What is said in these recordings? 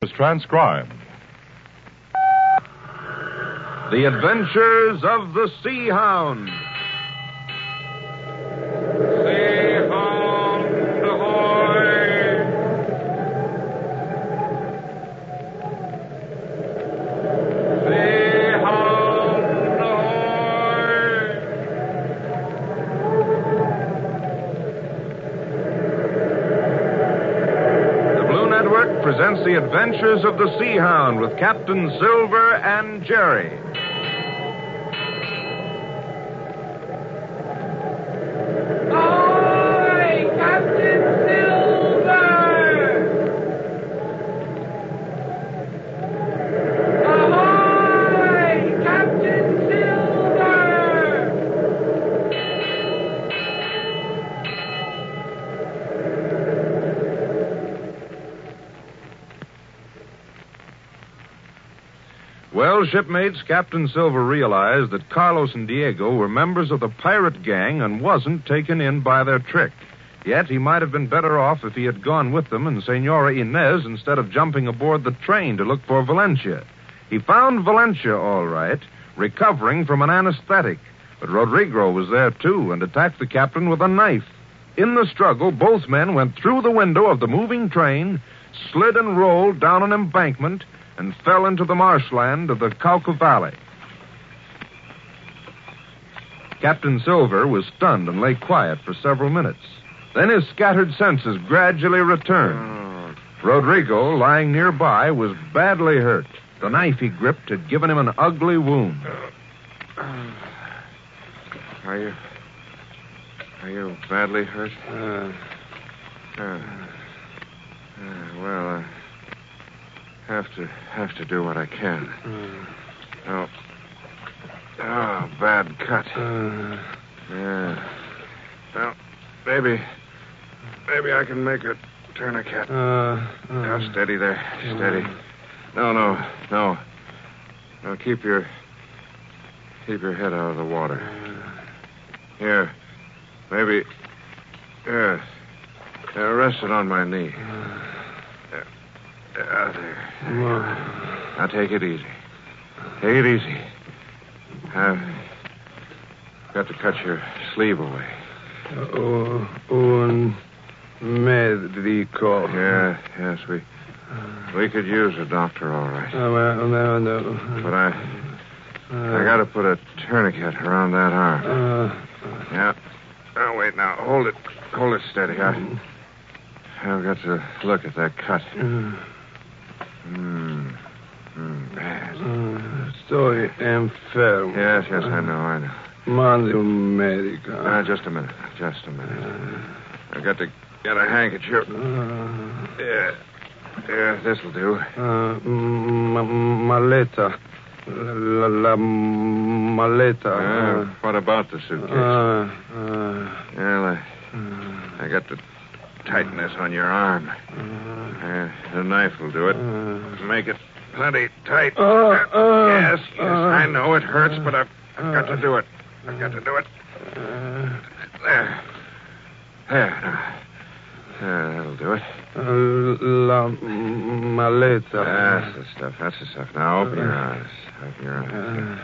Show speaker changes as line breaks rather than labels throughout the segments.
is transcribed.
The Adventures of the Sea Hound. The Blue Network presents The Adventures of the Sea Hound with Captain Silver and Jerry.
Ahoy, Captain Silver! Ahoy, Captain Silver!
Well, shipmates, Captain Silver realized that Carlos and Diego were members of the pirate gang and wasn't taken in by their trick. Yet he might have been better off if he had gone with them and Senora Inez instead of jumping aboard the train to look for Valencia. He found Valencia all right, recovering from an anesthetic, but Rodrigo was there too and attacked the captain with a knife. In the struggle, both men went through the window of the moving train, slid and rolled down an embankment, and fell into the marshland of the Cauca Valley. Captain Silver was stunned and lay quiet for several minutes. Then his scattered senses gradually returned. Rodrigo, lying nearby, was badly hurt. The knife he gripped had given him an ugly wound.
Are you. Are you badly hurt? Uh, uh, well, I have to have to do what I can.
Mm.
Oh. Oh, bad cut.
Uh.
yeah. Well, maybe. Maybe I can make a tourniquet.
Uh,
Now, steady there. Steady. No, no, no. Now, keep your. Keep your head out of the water. Here. Maybe. Here. Now, rest it on my knee. There. Ah, there. Now, take it easy. Take it easy. I've got to cut your sleeve away.
Oh, Un medico.
Yeah, yes, we. We could use a doctor, all right.
Oh, well, no, no.
But I. I gotta put a tourniquet around that arm.
Uh,
Yeah. Now, wait now. Hold it. Hold it steady. I, I've got to look at that cut. Hmm. Hmm, bad.
uh, estoy enfermo.
Yes, yes, I know, I know.
Mande un médico.
Now, just a minute. Just a minute. I've got to get a handkerchief.
Uh,
Yeah. Yeah, this'll do.
uh, ma- maleta. mm, La, la
Uh,
maleta.
Ah, what about the
Uh,
suitcase?
uh, uh,
well, I, I got to tighten this on your arm. Uh, the knife will do it. Make it plenty tight.
Uh, uh,
yes, yes,
uh,
I know it hurts, but I've, I've got to
uh,
do it. I've got to do it.
uh,
There. There, now. There, that'll do it.
Uh, la
That's
maleta.
the stuff. That's the stuff. Now open your eyes. Open
Uh,
your eyes.
Uh-huh.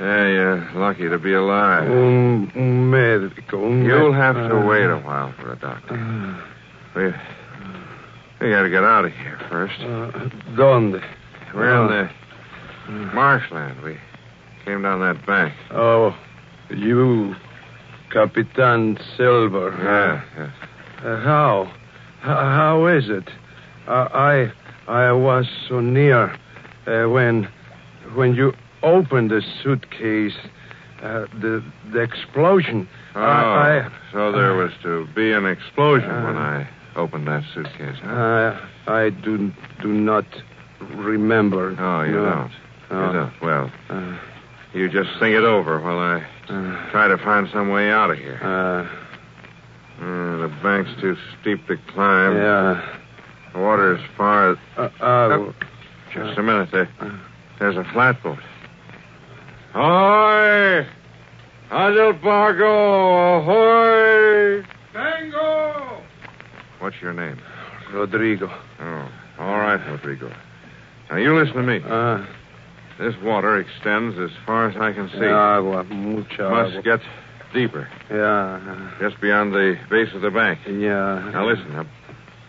Yeah, you're lucky to be alive.
Un, un médico. Un
You'll
mé-
have to
uh,
wait a while for a doctor.
uh,
We, we gotta get out of here first.
uh, ¿Dónde? Uh,
We're in the marshland. We came down that bank.
Oh, you, Capitan Silver.
Yeah, yeah.
Uh, how? H- how is it? Uh, I I was so near uh, when when you opened the suitcase. Uh, the the explosion.
Oh,
I
so there was to be an explosion
Uh,
when I opened that suitcase.
I,
Huh?
I I do do not remember.
no, Oh, you
No.
don't.
No.
You don't. Well,
Uh,
you just think it over while I
uh,
try to find some way out of here.
uh,
Mm, the bank's too steep to climb.
uh, yeah.
The water's far.
Uh, uh,
Just a minute. There, there's a flatboat. Ahoy! Adelbargo! Ahoy!
Tango!
What's your name?
Rodrigo.
Oh, All right, Rodrigo. Now, you listen to me.
Ah,
This water extends as far as I can see.
Ah,
agua, mucha agua.
Must get deeper,
Yeah,
just beyond the base of the bank.
yeah.
Now, listen. A,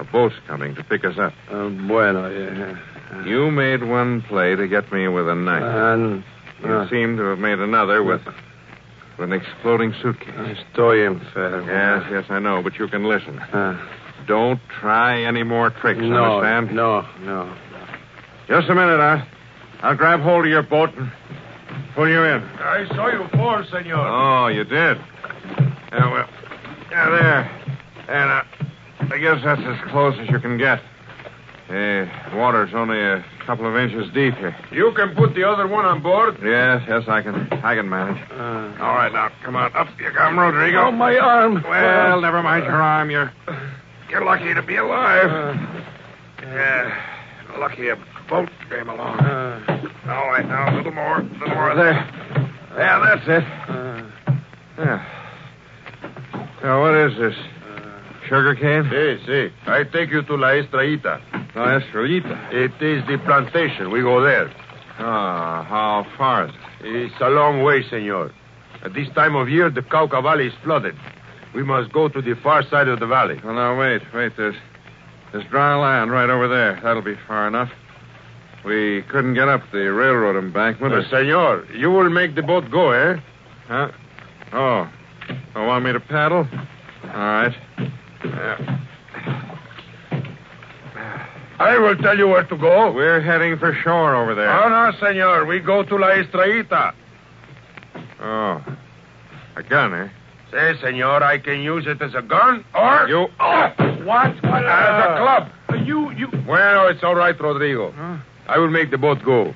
a boat's coming to pick us up.
Ah,
Uh, bueno,
eh,
yeah.
You made one play to get me with a
Ah,
knife.
And,
you
ah,
seem to have made another with, with an exploding suitcase.
estoy enfermo.
Yes, yes, I know, but you can listen.
Ah,
Don't try any more tricks,
no,
understand?
no, no.
Just a minute, I'll, I'll grab hold of your boat and pull you in.
I saw you fall, senor.
Oh, you did? Yeah, well, yeah, there. And uh, I guess that's as close as you can get. The water's only a couple of inches deep here.
You can put the other one on board.
Yes, yes, I can, I can manage.
Ah,
All right, now come on, up you come, Rodrigo.
oh, my arm.
Well, never mind your arm. You're you're lucky to be
Uh,
alive.
ah,
Yeah, lucky a boat came along.
Ah,
All right, now a little more, a little more there. Yeah, that's it.
ah,
Yeah. Now, what is this?
ah.
Sugar cane?
Si, si. Uh, I take you to La Estrellita.
No, that's Rolita.
It is the plantation. We go there.
Ah, how far is it?
It's a long way, senor. At this time of year, the Cauca Valley is flooded. We must go to the far side of the valley.
Well, now, wait, wait. There's, there's dry land right over there. That'll be far enough. We couldn't get up the railroad embankment.
Uh, senor, you will make the boat go, eh?
Huh? Oh. Oh, want me to paddle? All right. Yeah.
I will tell you where to go.
We're heading for shore over there.
Oh, no, senor. We go to La Estrellita.
Oh. A gun, eh?
Say, senor, I can use it as a gun or... Oh!
You.
What?
Ah,
As a club.
Uh, You, you.
Bueno, it's all right, Rodrigo.
Huh?
I will make the boat go.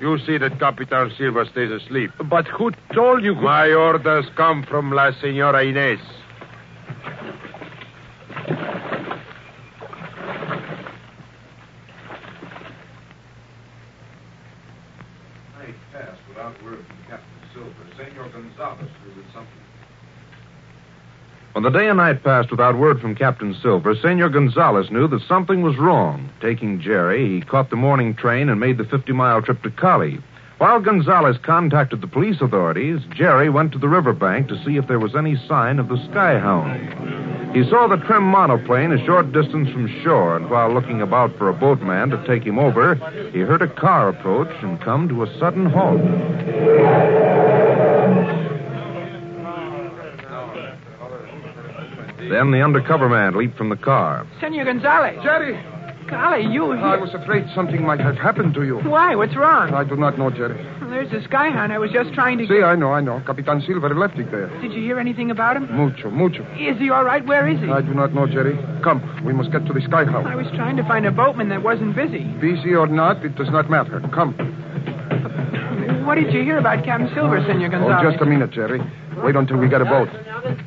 You see that Capitan Silva stays asleep.
But who told you?
My orders come from La Senora Inez.
Night passed without word from Captain Silver. Senor Gonzalez was something. When the day and night passed without word from Captain Silver, Senor Gonzalez knew that something was wrong. Taking Jerry, he caught the morning train and made the 50 mile trip to Cali. While Gonzalez contacted the police authorities, Jerry went to the riverbank to see if there was any sign of the Skyhound. He saw the trim monoplane a short distance from shore, and while looking about for a boatman to take him over, he heard a car approach and come to a sudden halt. Then the undercover man leaped from the car.
Senor Gonzalez.
Jerry,
Golly, you.
I was afraid something might have happened to you.
Why? What's wrong?
I do not know, Jerry.
There's this guy, hon. I was just trying to.
See, I know, I know. Capitan Silver left it there.
Did you hear anything about him?
Mucho, mucho.
Is he all right? Where is he?
I do not know, Jerry. Come, we must get to the sky house.
I was trying to find a boatman that wasn't busy.
Busy or not, it does not matter. Come.
What did you hear about Captain Silver, Senor
Oh,
Gonzalez?
just a minute, Jerry. Wait until we get a boat.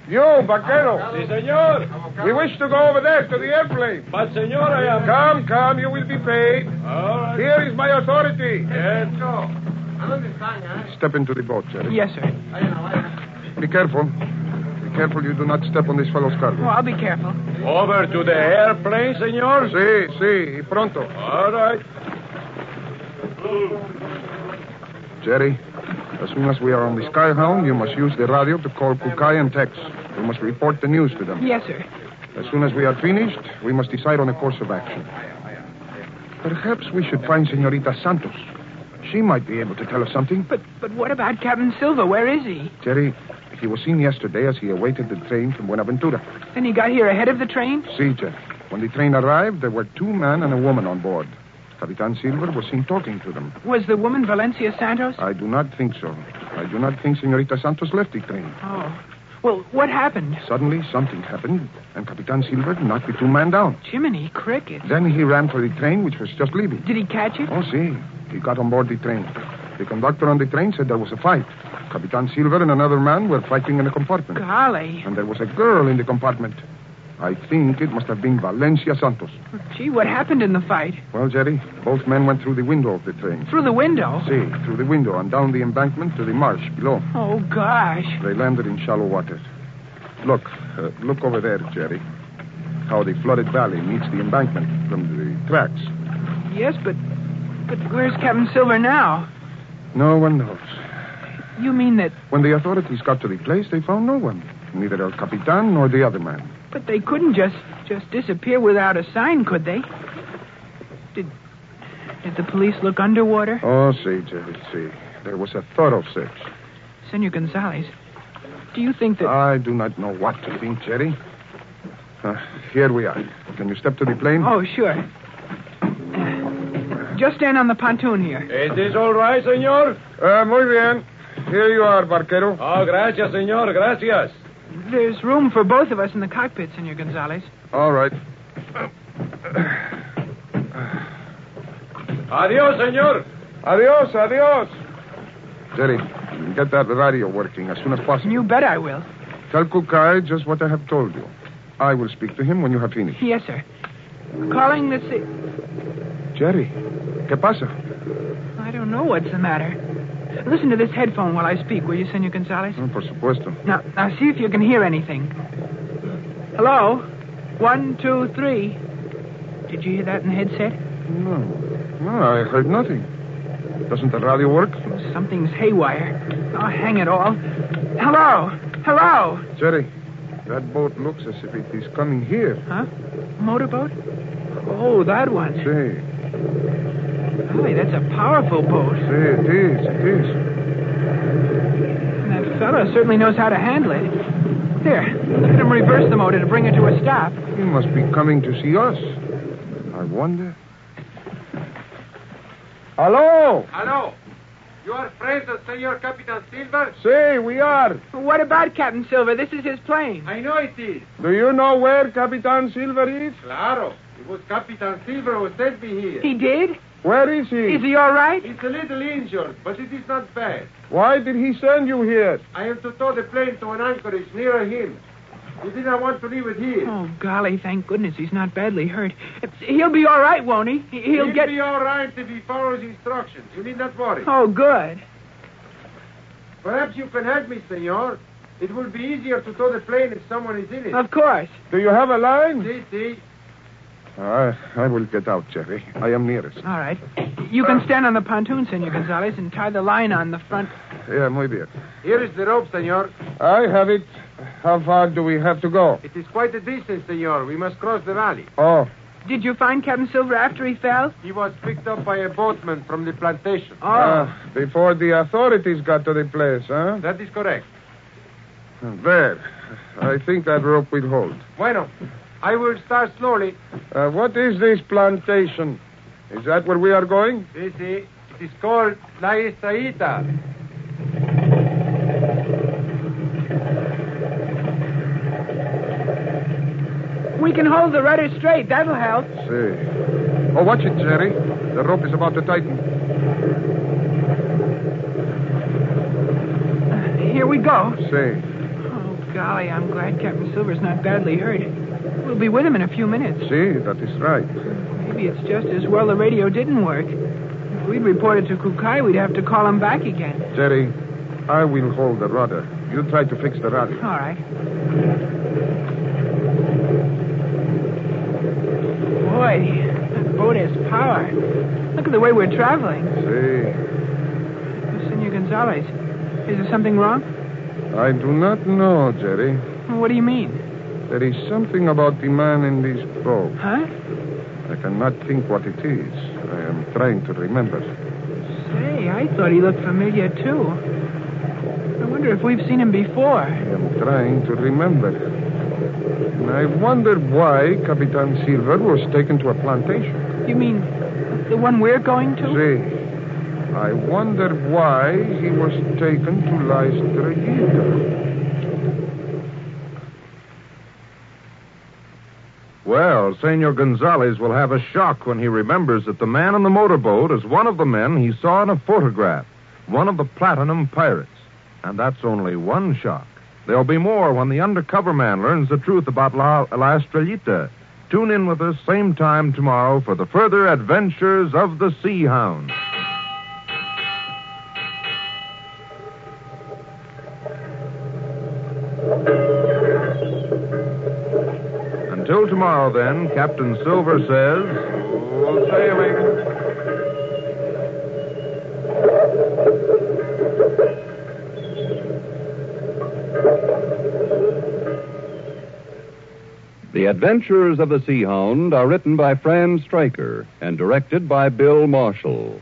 You, vaquero. Si, senor. We wish to go over there to the airplane. But, senor, I am. Come, come. You will be paid. All right. Here is my authority. Yes.
Step into the boat, Jerry.
Yes, sir.
Be careful. Be careful you do not step on this fellow's cargo.
Well, I'll be careful.
Over to the airplane, senor.
See, see, pronto.
All right.
Jerry, as soon as we are on the Skyhound, you must use the radio to call Kukai and Tex. We must report the news to them.
Yes, sir.
As soon as we are finished, we must decide on a course of action. Perhaps we should find Senorita Santos. She might be able to tell us something.
But but what about Captain Silver? Where is he?
Jerry, he was seen yesterday as he awaited the train from Buenaventura.
And he got here ahead of the train?
See, Jerry, when the train arrived, there were two men and a woman on board. Capitan Silver was seen talking to them.
Was the woman Valencia Santos?
I do not think so. I do not think Senorita Santos left the train.
Oh. Well, what happened?
Suddenly, something happened, and Capitan Silver knocked the two men down.
Jiminy Cricket.
Then he ran for the train, which was just leaving.
Did he catch it?
Oh, see. He got on board the train. The conductor on the train said there was a fight. Capitan Silver and another man were fighting in a compartment.
Golly.
And there was a girl in the compartment. I think it must have been Valencia Santos.
Gee, what happened in the fight?
Well, Jerry, both men went through the window of the train.
Through the window?
See, through the window and down the embankment to the marsh below.
Oh, gosh.
They landed in shallow water. Look, uh, look over there, Jerry.
how the flooded valley meets the embankment from the tracks.
Yes, but but where's Captain Silver now?
No one knows.
You mean that?
When the authorities got to the place, they found no one. Neither El Capitan nor the other man.
But they couldn't just just disappear without a sign, could they? Did did the police look underwater?
Oh, see, Jerry, see. There was a thorough search.
Senor Gonzalez, do you think that?
I do not know what to think, Jerry. Uh, here we are. Can you step to the plane?
oh, sure. Just stand on the pontoon here.
¿Es this all right, señor?
Uh, muy bien. Here you are, barquero.
Oh, gracias, señor, gracias.
There's room for both of us in the cockpit, Senor Gonzalez.
All right.
Adios, señor.
Adios, adios. Jerry, get that radio working as soon as possible.
You bet I will.
Tell Kukai just what I have told you. I will speak to him when you have finished.
Yes, sir. Calling the si-
Jerry, ¿qué pasa?
I don't know what's the matter. Listen to this headphone while I speak, will you, Senor Gonzalez?
Oh, por supuesto.
Now, now see if you can hear anything. Hello? One, two, three. Did you hear that in the headset?
No, no, I heard nothing. Doesn't the radio work?
Something's haywire. Oh, hang it all. Hello? Hello?
Jerry, that boat looks as if it is coming here.
Huh? Motorboat? Oh, that one.
See,
Golly, that's a powerful boat.
see, it is, it is.
And that fellow certainly knows how to handle it. There, let him reverse the motor to bring her to a stop.
He must be coming to see us. I wonder. Hello?
Hello. You are friends of Senor Capitan Silver?
See, we are.
What about Captain Silver? This is his plane.
I know it is.
Do you know where Capitan Silver is?
Claro. It was Capitan Silver who sent me here.
He did?
Where is he?
Is he all right?
He's a little injured, but it is not bad.
Why did he send you here?
I am to tow the plane to an anchorage nearer him. He did not want to leave it here.
Oh, golly, thank goodness he's not badly hurt. He'll be all right, won't he? He- He'll, get.
be all right if he follows instructions. You need not worry.
Oh, good.
Perhaps you can help me, senor. It will be easier to tow the plane if someone is in it.
Of course.
Do you have a line?
See, see.
I, I will get out, Jerry. I am nearest.
All right. You can stand on the pontoon, Senor Gonzalez, and tie the line on the front.
Yeah, muy bien.
Here is the rope, senor.
I have it. How far do we have to go?
It is quite a distance, senor. We must cross the valley.
Oh,
Did you find Captain Silver after he fell?
He was picked up by a boatman from the plantation.
Oh.
ah, before the authorities got to the place, huh?
That is correct.
There. I think that rope will hold.
Bueno, I will start slowly.
Uh, what is this plantation? Is that where we are going?
See, see. It is called La Estaita.
We can hold the rudder straight. That'll help.
See. Oh, watch it, Jerry. The rope is about to tighten.
Here we go.
See.
Oh, golly, I'm glad Captain Silver's not badly hurt. We'll be with him in a few minutes.
See, that is right.
Maybe it's just as well the radio didn't work. If we'd reported to Kukai, we'd have to call him back again.
Jerry, I will hold the rudder. You try to fix the
All
rudder.
right. Boy, that boat has power. Look at the way we're traveling.
See.
Senor Gonzalez, is there something wrong?
I do not know, Jerry.
What do you mean?
There is something about the man in this boat.
Huh?
I cannot think what it is. I am trying to remember.
Say, I thought he looked familiar, too. I wonder if we've seen him before.
I am trying to remember. And I wonder why Capitan Silver was taken to a plantation.
You mean the one we're going to?
See, I wonder why he was taken to La Estrellita.
Well, Senor Gonzalez will have a shock when he remembers that the man in the motorboat is one of the men he saw in a photograph, one of the Platinum Pirates. And that's only one shock. There'll be more when the undercover man learns the truth about La, La Estrellita. Tune in with us same time tomorrow for the further adventures of the Sea Hound. Until
Until tomorrow, then, Captain Silver says.
Oh,
Full sailing.
The Adventures of the Sea Hound are written by Fran Stryker and directed by Bill Marshall.